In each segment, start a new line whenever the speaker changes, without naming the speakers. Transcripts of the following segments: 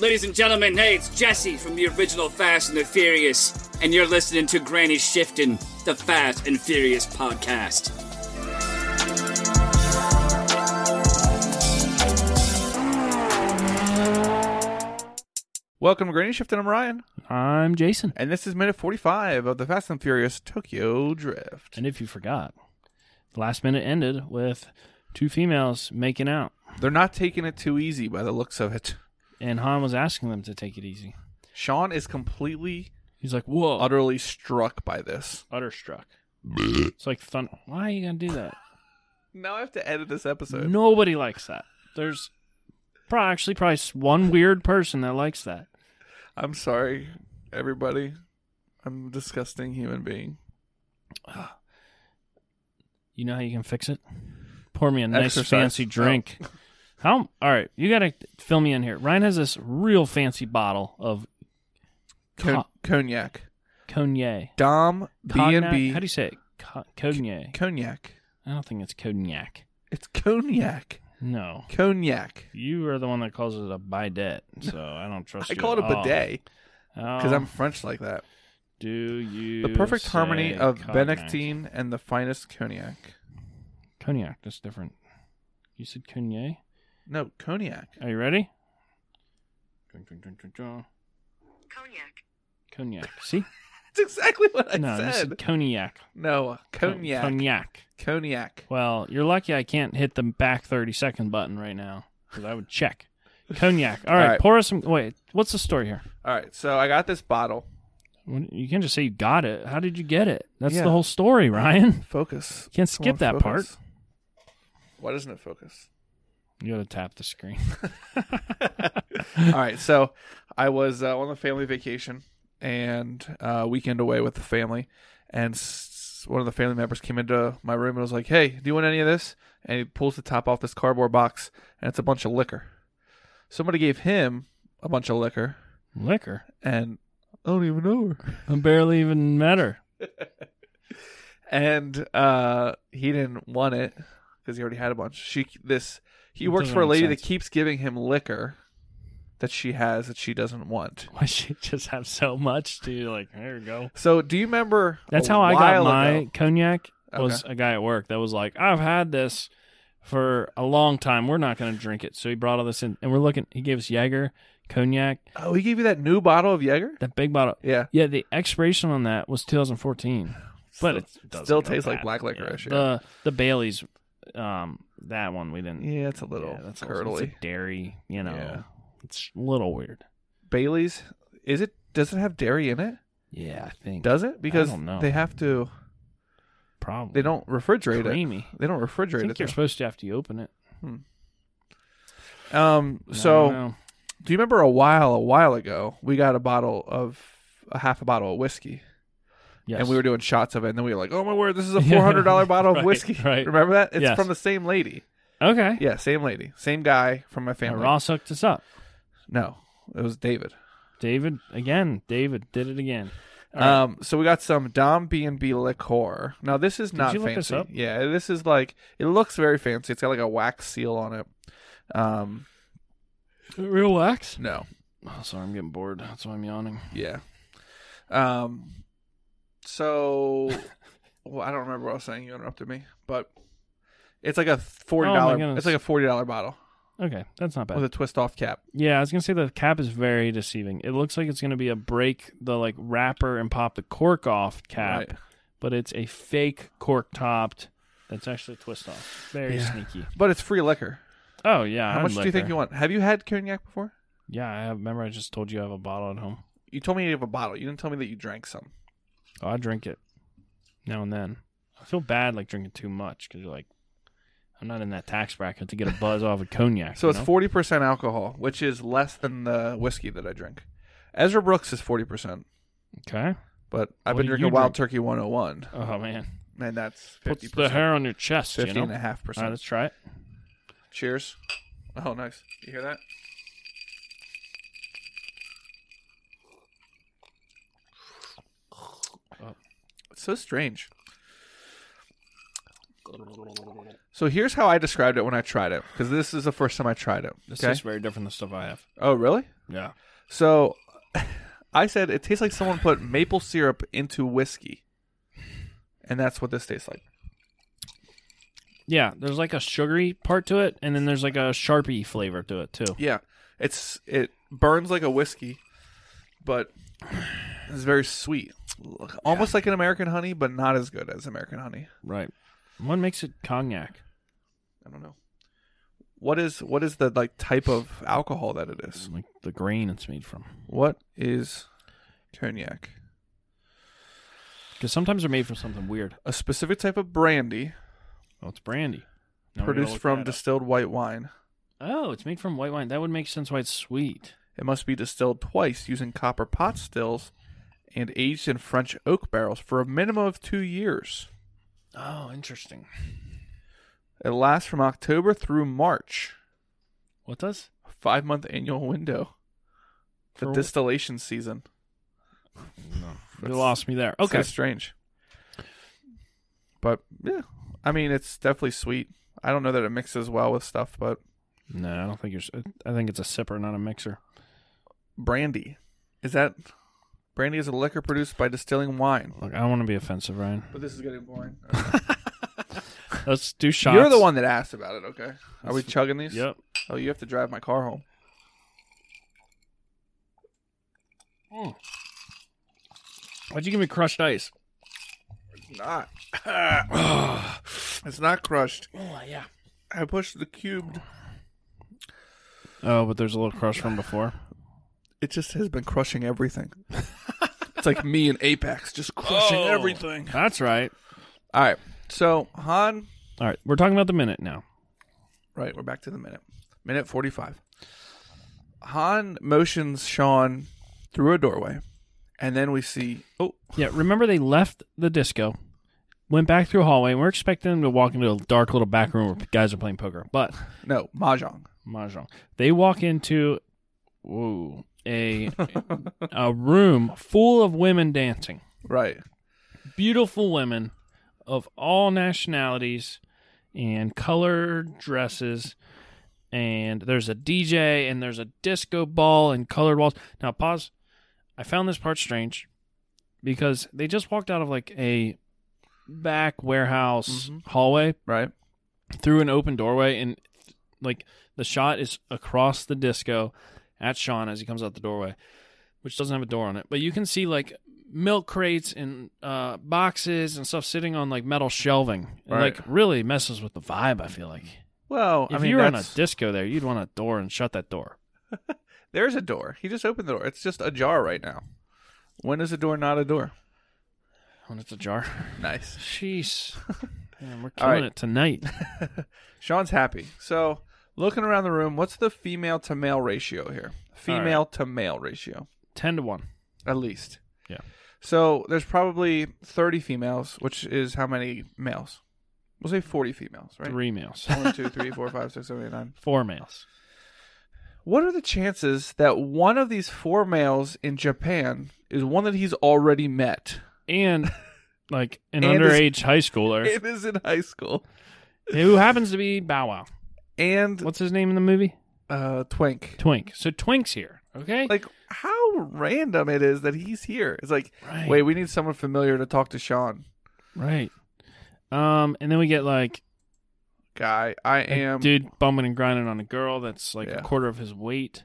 Ladies and gentlemen, hey, it's Jesse from the original Fast and the Furious, and you're listening to Granny Shifting, the Fast and Furious podcast.
Welcome to Granny Shift, and I'm Ryan.
I'm Jason.
And this is minute 45 of the Fast and Furious Tokyo Drift.
And if you forgot, the last minute ended with two females making out,
They're not taking it too easy by the looks of it.
and Han was asking them to take it easy.
Sean is completely,
He's like, "Whoa,
utterly struck by this.
utter struck." it's like thunder. Why are you gonna do that?
Now I have to edit this episode.
Nobody likes that. There's probably actually probably s- one weird person that likes that.
I'm sorry, everybody. I'm a disgusting human being.
You know how you can fix it? Pour me a nice
Exercise.
fancy drink. How? All right, you gotta fill me in here. Ryan has this real fancy bottle of
Con-
Co-
cognac.
cognac.
Dom
Cognac?
B&B
How do you say it? Co- cognac.
cognac.
I don't think it's cognac.
It's cognac.
No.
Cognac.
You are the one that calls it a bidet, so I don't trust
I
you.
call it a bidet because
Because
I'm French like that.
Do you.
The perfect
say
harmony of
cognac?
Benedictine and the finest cognac.
Cognac, that's different. You said cognac?
No, cognac.
Are you ready? Dun, dun, dun, dun, dun.
Cognac.
Cognac. See?
That's exactly what I
no, you
said.
said cognac.
No,
Co-
cognac.
Cognac.
Cognac.
Well, you're lucky I can't hit the back 30 second button right now because I would check. Cognac. All right,
All right.
pour us some. Wait, what's the story here?
All right, so I got this bottle.
What- You can't just say you got it. How did you get it? That's
Yeah.
the whole story, Ryan.
Focus.
Can't
Come
skip
on,
that
focus. Why doesn't it focus?
You gotta tap the screen.
All right, so I was uh, on a family vacation and uh, weekend away with the family, and s- one of the family members came into my room and was like, "Hey, do you want any of this?" And he pulls the top off this cardboard box, and it's a bunch of liquor. Somebody gave him a bunch of liquor,
Liquor.
and I don't even know her.
I barely even met her.
and uh he didn't want it because he already had a bunch she this he
That
works
doesn't
for a
make
lady
sense.
that keeps giving him liquor that she has that she doesn't want
Why she just have so much to like? There you go.
so do you remember
That's
a
how I got
while
my
ago-
cognac.
Okay.
Was a guy at work that was like, I've had this for a long time. We're not gonna drink it. So he brought all this in, and we're looking. He gave us Jaeger, cognac,
oh he gave you that new bottle of jaeger
that big bottle.
yeah
Yeah, the expiration on that was 2014, but it doesn't
still
go
tastes like
bad.
black
Yeah.
licorice, yeah.
The the Bailey's, um, that one we didn't.
yeah it's a little
yeah, that's also-
curdly
it's a dairy. You know,
Yeah.
it's a little weird.
bailey's is it does it have dairy in it
Yeah, I think
does it because
don't know.
they have to
probably
they don't refrigerate
creamy.
it they don't
I
refrigerate
think
it
you're supposed to have to open it.
though. um
I
so
don't know.
Do you remember a while, a while ago, we got a bottle of a half a bottle of whiskey,
yes.
and we were doing shots of it, and then we were like, "Oh my word, this is a four hundred dollar bottle of
Right,
whiskey."
right.
Remember that? It's
Yes.
from the same lady.
okay.
Yeah, same lady, same guy from my
And
family.
Ross hooked us up.
No, it was David.
David again. David did it again. All right.
Um, so we got some Dom B and B liqueur. Now this is not
you look
fancy.
this up?
Yeah, this is like it looks very fancy. It's got like a wax seal on it. Um,
Real wax.
no,
Oh, sorry, I'm getting bored. That's why I'm yawning.
Yeah. Um. So, well, I don't remember what I was saying. You interrupted me, but it's like a forty
Oh, my
dollar.
goodness.
it's like a forty dollar bottle
Okay, that's not bad.
with a twist off cap.
Yeah, I was gonna say the cap is very deceiving. It looks like it's gonna be a break the like wrapper and pop the cork off cap,
Right.
but it's a fake cork topped. That's actually a twist off. Very
Yeah.
sneaky.
But it's free liquor.
Oh yeah.
How much do you think you want? Have you had cognac before?
Yeah, I have, remember I just told you I have a bottle at home.
You told me you have a bottle. You didn't tell me that you drank some.
Oh, I drink it now and then. I feel bad like drinking too much because you're like, I'm not in that tax bracket to get a buzz off of cognac.
So
you
it's
know?
forty percent alcohol, which is less than the whiskey that I drink. Ezra Brooks is forty percent,
okay.
but I've
What
been
do you
drinking Wild
drink?
Turkey One Hundred One,
Oh man,
and that's fifty
puts the
percent,
hair on your chest. You
fifteen
know.
and a half
All right,
percent.
let's try it.
Cheers. Oh, nice. You hear that? Oh. It's so strange. So here's how I described it when I tried it, because this is the first time I tried it.
This
Okay.
is very different than stuff I have.
Oh, really?
Yeah.
So I said it tastes like someone put maple syrup into whiskey. And that's what this tastes like.
Yeah, there's like a sugary part to it, and then there's like a sharpie flavor to it too.
Yeah. It's it burns like a whiskey, but it's very sweet. Almost like an American honey, but not as good as American honey.
Right. What makes it cognac?
I don't know. What is what is the like type of alcohol that it is?
like the grain it's made from.
What is cognac?
Because sometimes they're made from something weird.
A specific type of brandy
Oh, it's brandy. Now we gotta
produced
look
from
that up.
distilled white wine.
Oh, it's made from white wine. That would make sense why it's sweet.
It must be distilled twice using copper pot stills and aged in French oak barrels for a minimum of two years.
Oh, interesting.
It lasts from October through March,
What does?
a five month annual window. The
For-
distillation season.
You lost me there.
It's
Okay.
kinda strange. But yeah, I mean, it's definitely sweet. I don't know that it mixes well with stuff, but
No, I don't think you're. s- I think it's a sipper, not a mixer.
brandy is that? Brandy is a liquor produced by distilling wine.
Look, I don't want to be offensive, Ryan.
But this is getting boring.
Let's do shots.
You're the one that asked about it. Okay, are we chugging these?
Yep.
Oh, you have to drive my car home.
Why'd you give me crushed ice?
Not. it's not crushed.
Oh yeah.
I pushed the cubed.
Oh, but there's a little crush from before.
It just has been crushing everything. it's like me and Apex just crushing
Oh.
everything.
That's right.
All right. So Han.
All right, we're talking about the minute now.
Right. We're back to the minute. Minute forty-five. Han motions Sean through a doorway, and then we see. Oh,
Yeah, remember they left the disco, went back through a hallway, and we're expecting them to walk into a dark little back room where guys are playing poker. But
no, mahjong.
mahjong, they walk into whoa a a room full of women dancing,
Right.
beautiful women of all nationalities and colored dresses. And there's a DJ and there's a disco ball and colored walls. Now pause. I found this part strange because they just walked out of like a back warehouse
Mhm.
hallway
Right.
through an open doorway and like the shot is across the disco at Sean as he comes out the doorway, which doesn't have a door on it. But you can see like milk crates and uh, boxes and stuff sitting on like metal shelving. It,
Right.
Like really messes with the vibe. I feel like
Well,
if
I mean,
you were in a
that's-
disco there, you'd want a door and shut that door.
There's a door. He just opened the door. It's just ajar right now. When is a door not a door?
When it's ajar.
Nice.
Jeez, Man, we're
All
killing
right.
it tonight.
Sean's happy. So, looking around the room, what's the female to male ratio here? Female to male ratio,
Ten to one.
at least.
Yeah.
So, there's probably 30 females, which is how many males? We'll say 40 females, right?
Three males.
One, two, three, four, five, six, seven, eight, nine.
Four males.
What are the chances that one of these four males in Japan is one that he's already met?
And like an
And this-
underage high schooler
It is in high school.
who happens to be Bow Wow.
And
What's his name in the movie?
uh, Twink.
Twink. So Twink's here. Okay.
like how random it is that he's here. It's like,
Right.
wait, we need someone familiar to talk to Sean.
right. Um, and then we get like
Guy, I
a
am
dude bumming and grinding on a girl that's like
Yeah.
a quarter of his weight,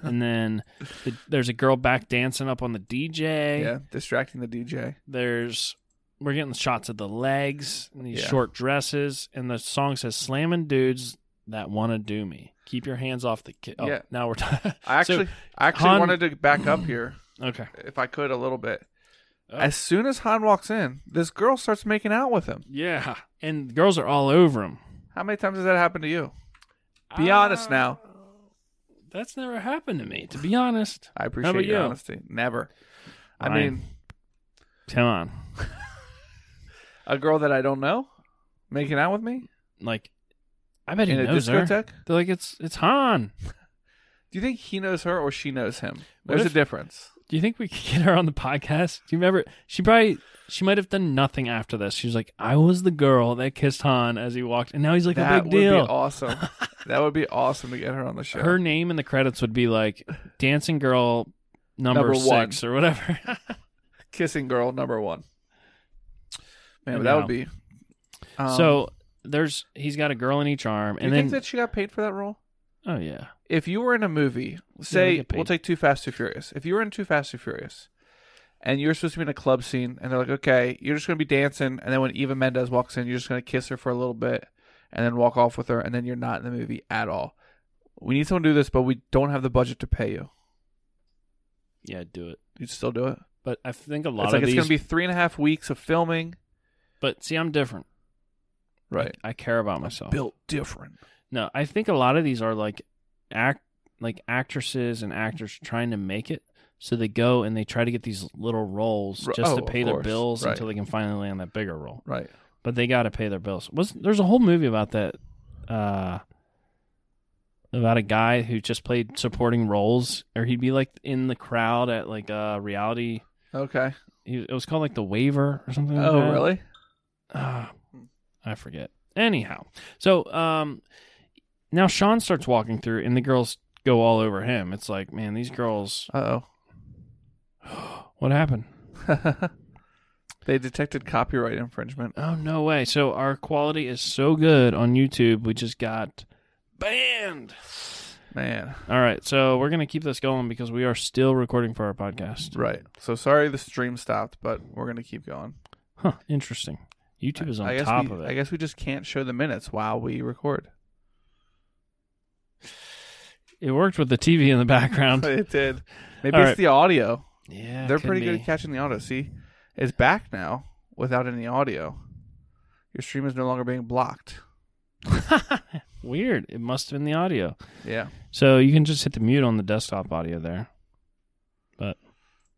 and then the, there's a girl back dancing up on the DJ.
yeah, distracting the DJ.
There's we're getting shots of the legs and these
Yeah.
short dresses, and the song says "Slamming dudes that wanna do me." Keep your hands off the kid. Oh,
Yeah.
Now we're talking.
I actually, I actually
Han-
wanted to back up here
okay.
if I could a little bit.
Oh.
As soon as Han walks in, this girl starts making out with him.
Yeah. And the girls are all over him.
How many times has that happened to you? Be honest now.
That's never happened to me, to be honest.
I appreciate your
about you?
honesty. Never. I
Ryan.
mean,
Come on.
a girl that I don't know making out with me
Like I bet he
in a
knows her.
discotheque.
They're like it's it's Han.
Do you think he knows her or she knows him?
What
There's
if-
a difference.
Do you think we could get her on the podcast? Do you remember? She probably she might have done nothing after this. She was like, I was the girl that kissed Han as he walked, and now he's like
that
a big
would
deal.
be awesome. that would be awesome to get her on the show.
Her name in the credits would be like Dancing Girl number,
Number one.
six or whatever.
Kissing girl number one. Man, but
Yeah.
that would be. Um,
so there's he's got a girl in each arm,
do you
and then
think that she got paid for that role?
oh yeah,
if you were in a movie,
they
say
get
we'll
paid.
take Too Fast Too Furious. If you were in Too Fast Too Furious, and you're supposed to be in a club scene, and they're like, "Okay, you're just gonna be dancing," and then when Eva Mendes walks in, you're just gonna kiss her for a little bit, and then walk off with her, and then you're not in the movie at all. We need someone to do this, but we don't have the budget to pay you.
yeah, do it.
You'd still do it.
But I think a lot
It's like
of
it's
these.
gonna be three and a half weeks of filming.
but see, I'm different.
Right.
I care about myself.
Built different.
No, I think a lot of these are like act like actresses and actors trying to make it. So they go and they try to get these little roles
R-
just
oh,
to
of
pay their
course.
bills
Right.
until they can finally land that bigger role.
Right.
But they got to pay their bills. Was there's a whole movie about that uh about a guy who just played supporting roles or he'd be like in the crowd at like a reality
Okay.
he- it was called like The Waiver or something like that.
Oh, really?
Uh, I forget. Anyhow, so um, now Sean starts walking through, and the girls go all over him. It's like, man, these girls.
Uh
What happened?
oh. they detected copyright infringement.
Oh no way! So our quality is so good on YouTube, we just got banned.
Man.
All right, so we're gonna keep this going because we are still recording for our podcast.
Right. So sorry the stream stopped, but we're gonna keep going.
Huh? Interesting. YouTube is on
I guess
top
we,
of it.
I guess we just can't show the minutes while we record.
It worked with the TV in the background.
it did. Maybe
All
it's
right.
the audio.
yeah,
They're
could
pretty good
be.
at catching the audio. See, it's back now without any audio. Your stream is no longer being blocked.
Weird. It must have been the audio.
Yeah.
So you can just hit the mute on the desktop audio there.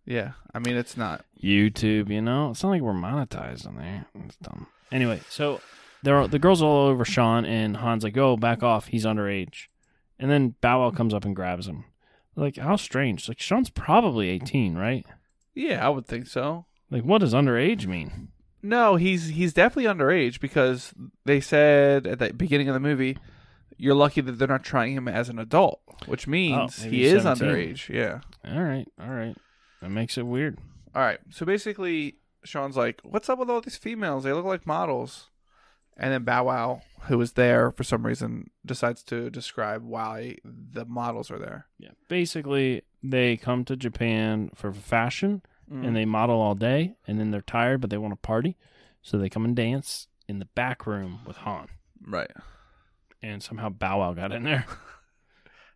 Yeah. I mean, it's not.
YouTube, you know, it's not like we're monetized on there. It's dumb. Anyway, so there are the girls are all over Sean and Han's like, "Oh, back off! He's underage." And then Bow Wow comes up and grabs him. Like, how strange! Like Sean's probably eighteen, right?
Yeah, I would think so.
Like, what does underage mean?
No, he's he's definitely underage because they said at the beginning of the movie, you're lucky that they're not trying him as an adult, which means
Oh, maybe
he
he's
is
17.
underage. Yeah.
All right, all right, that makes it weird.
All right. So basically, Sean's like, "What's up with all these females? They look like models." And then Bow Wow, who was there for some reason, decides to describe why the models are there.
Yeah. Basically, they come to Japan for fashion
Hmm.
and they model all day, and then they're tired, but they want to party, so they come and dance in the back room with Han.
Right.
and somehow Bow Wow got in there.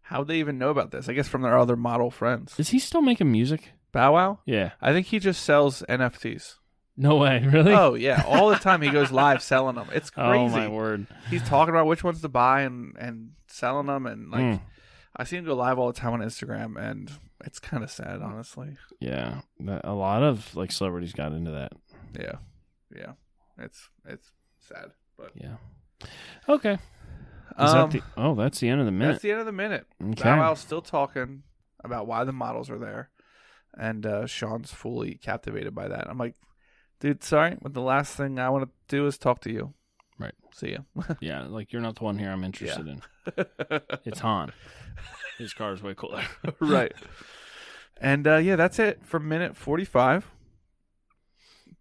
How'd they even know about this? I guess from their other model friends.
Is he still making music?
Bow Wow?
Yeah.
I think he just sells NFTs.
No way. Really?
Oh yeah, all the time he goes live selling them. It's
Oh,
crazy.
my word.
He's talking about which ones to buy and and selling them and like
Mm.
I see him go live all the time on Instagram and it's kind of sad, honestly.
Yeah. That- A lot of like celebrities got into that.
Yeah, yeah. It's it's sad, but
Yeah. Okay. Is
um,
that the, oh, that's the end of the
that's
minute.
the end of the minute.
okay.
Bow Wow's still talking about why the models are there, and uh, Sean's fully captivated by that. I'm like, dude, sorry, but the last thing I want to do is talk to you.
Right.
See ya.
Yeah. Like you're not the one here I'm interested in. It's Han. His car is way cooler.
right. And uh, yeah, that's it for minute 45.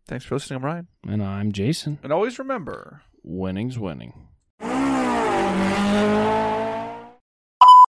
Thanks for listening, I'm Ryan.
and I'm Jason.
And always remember.
Winning's winning.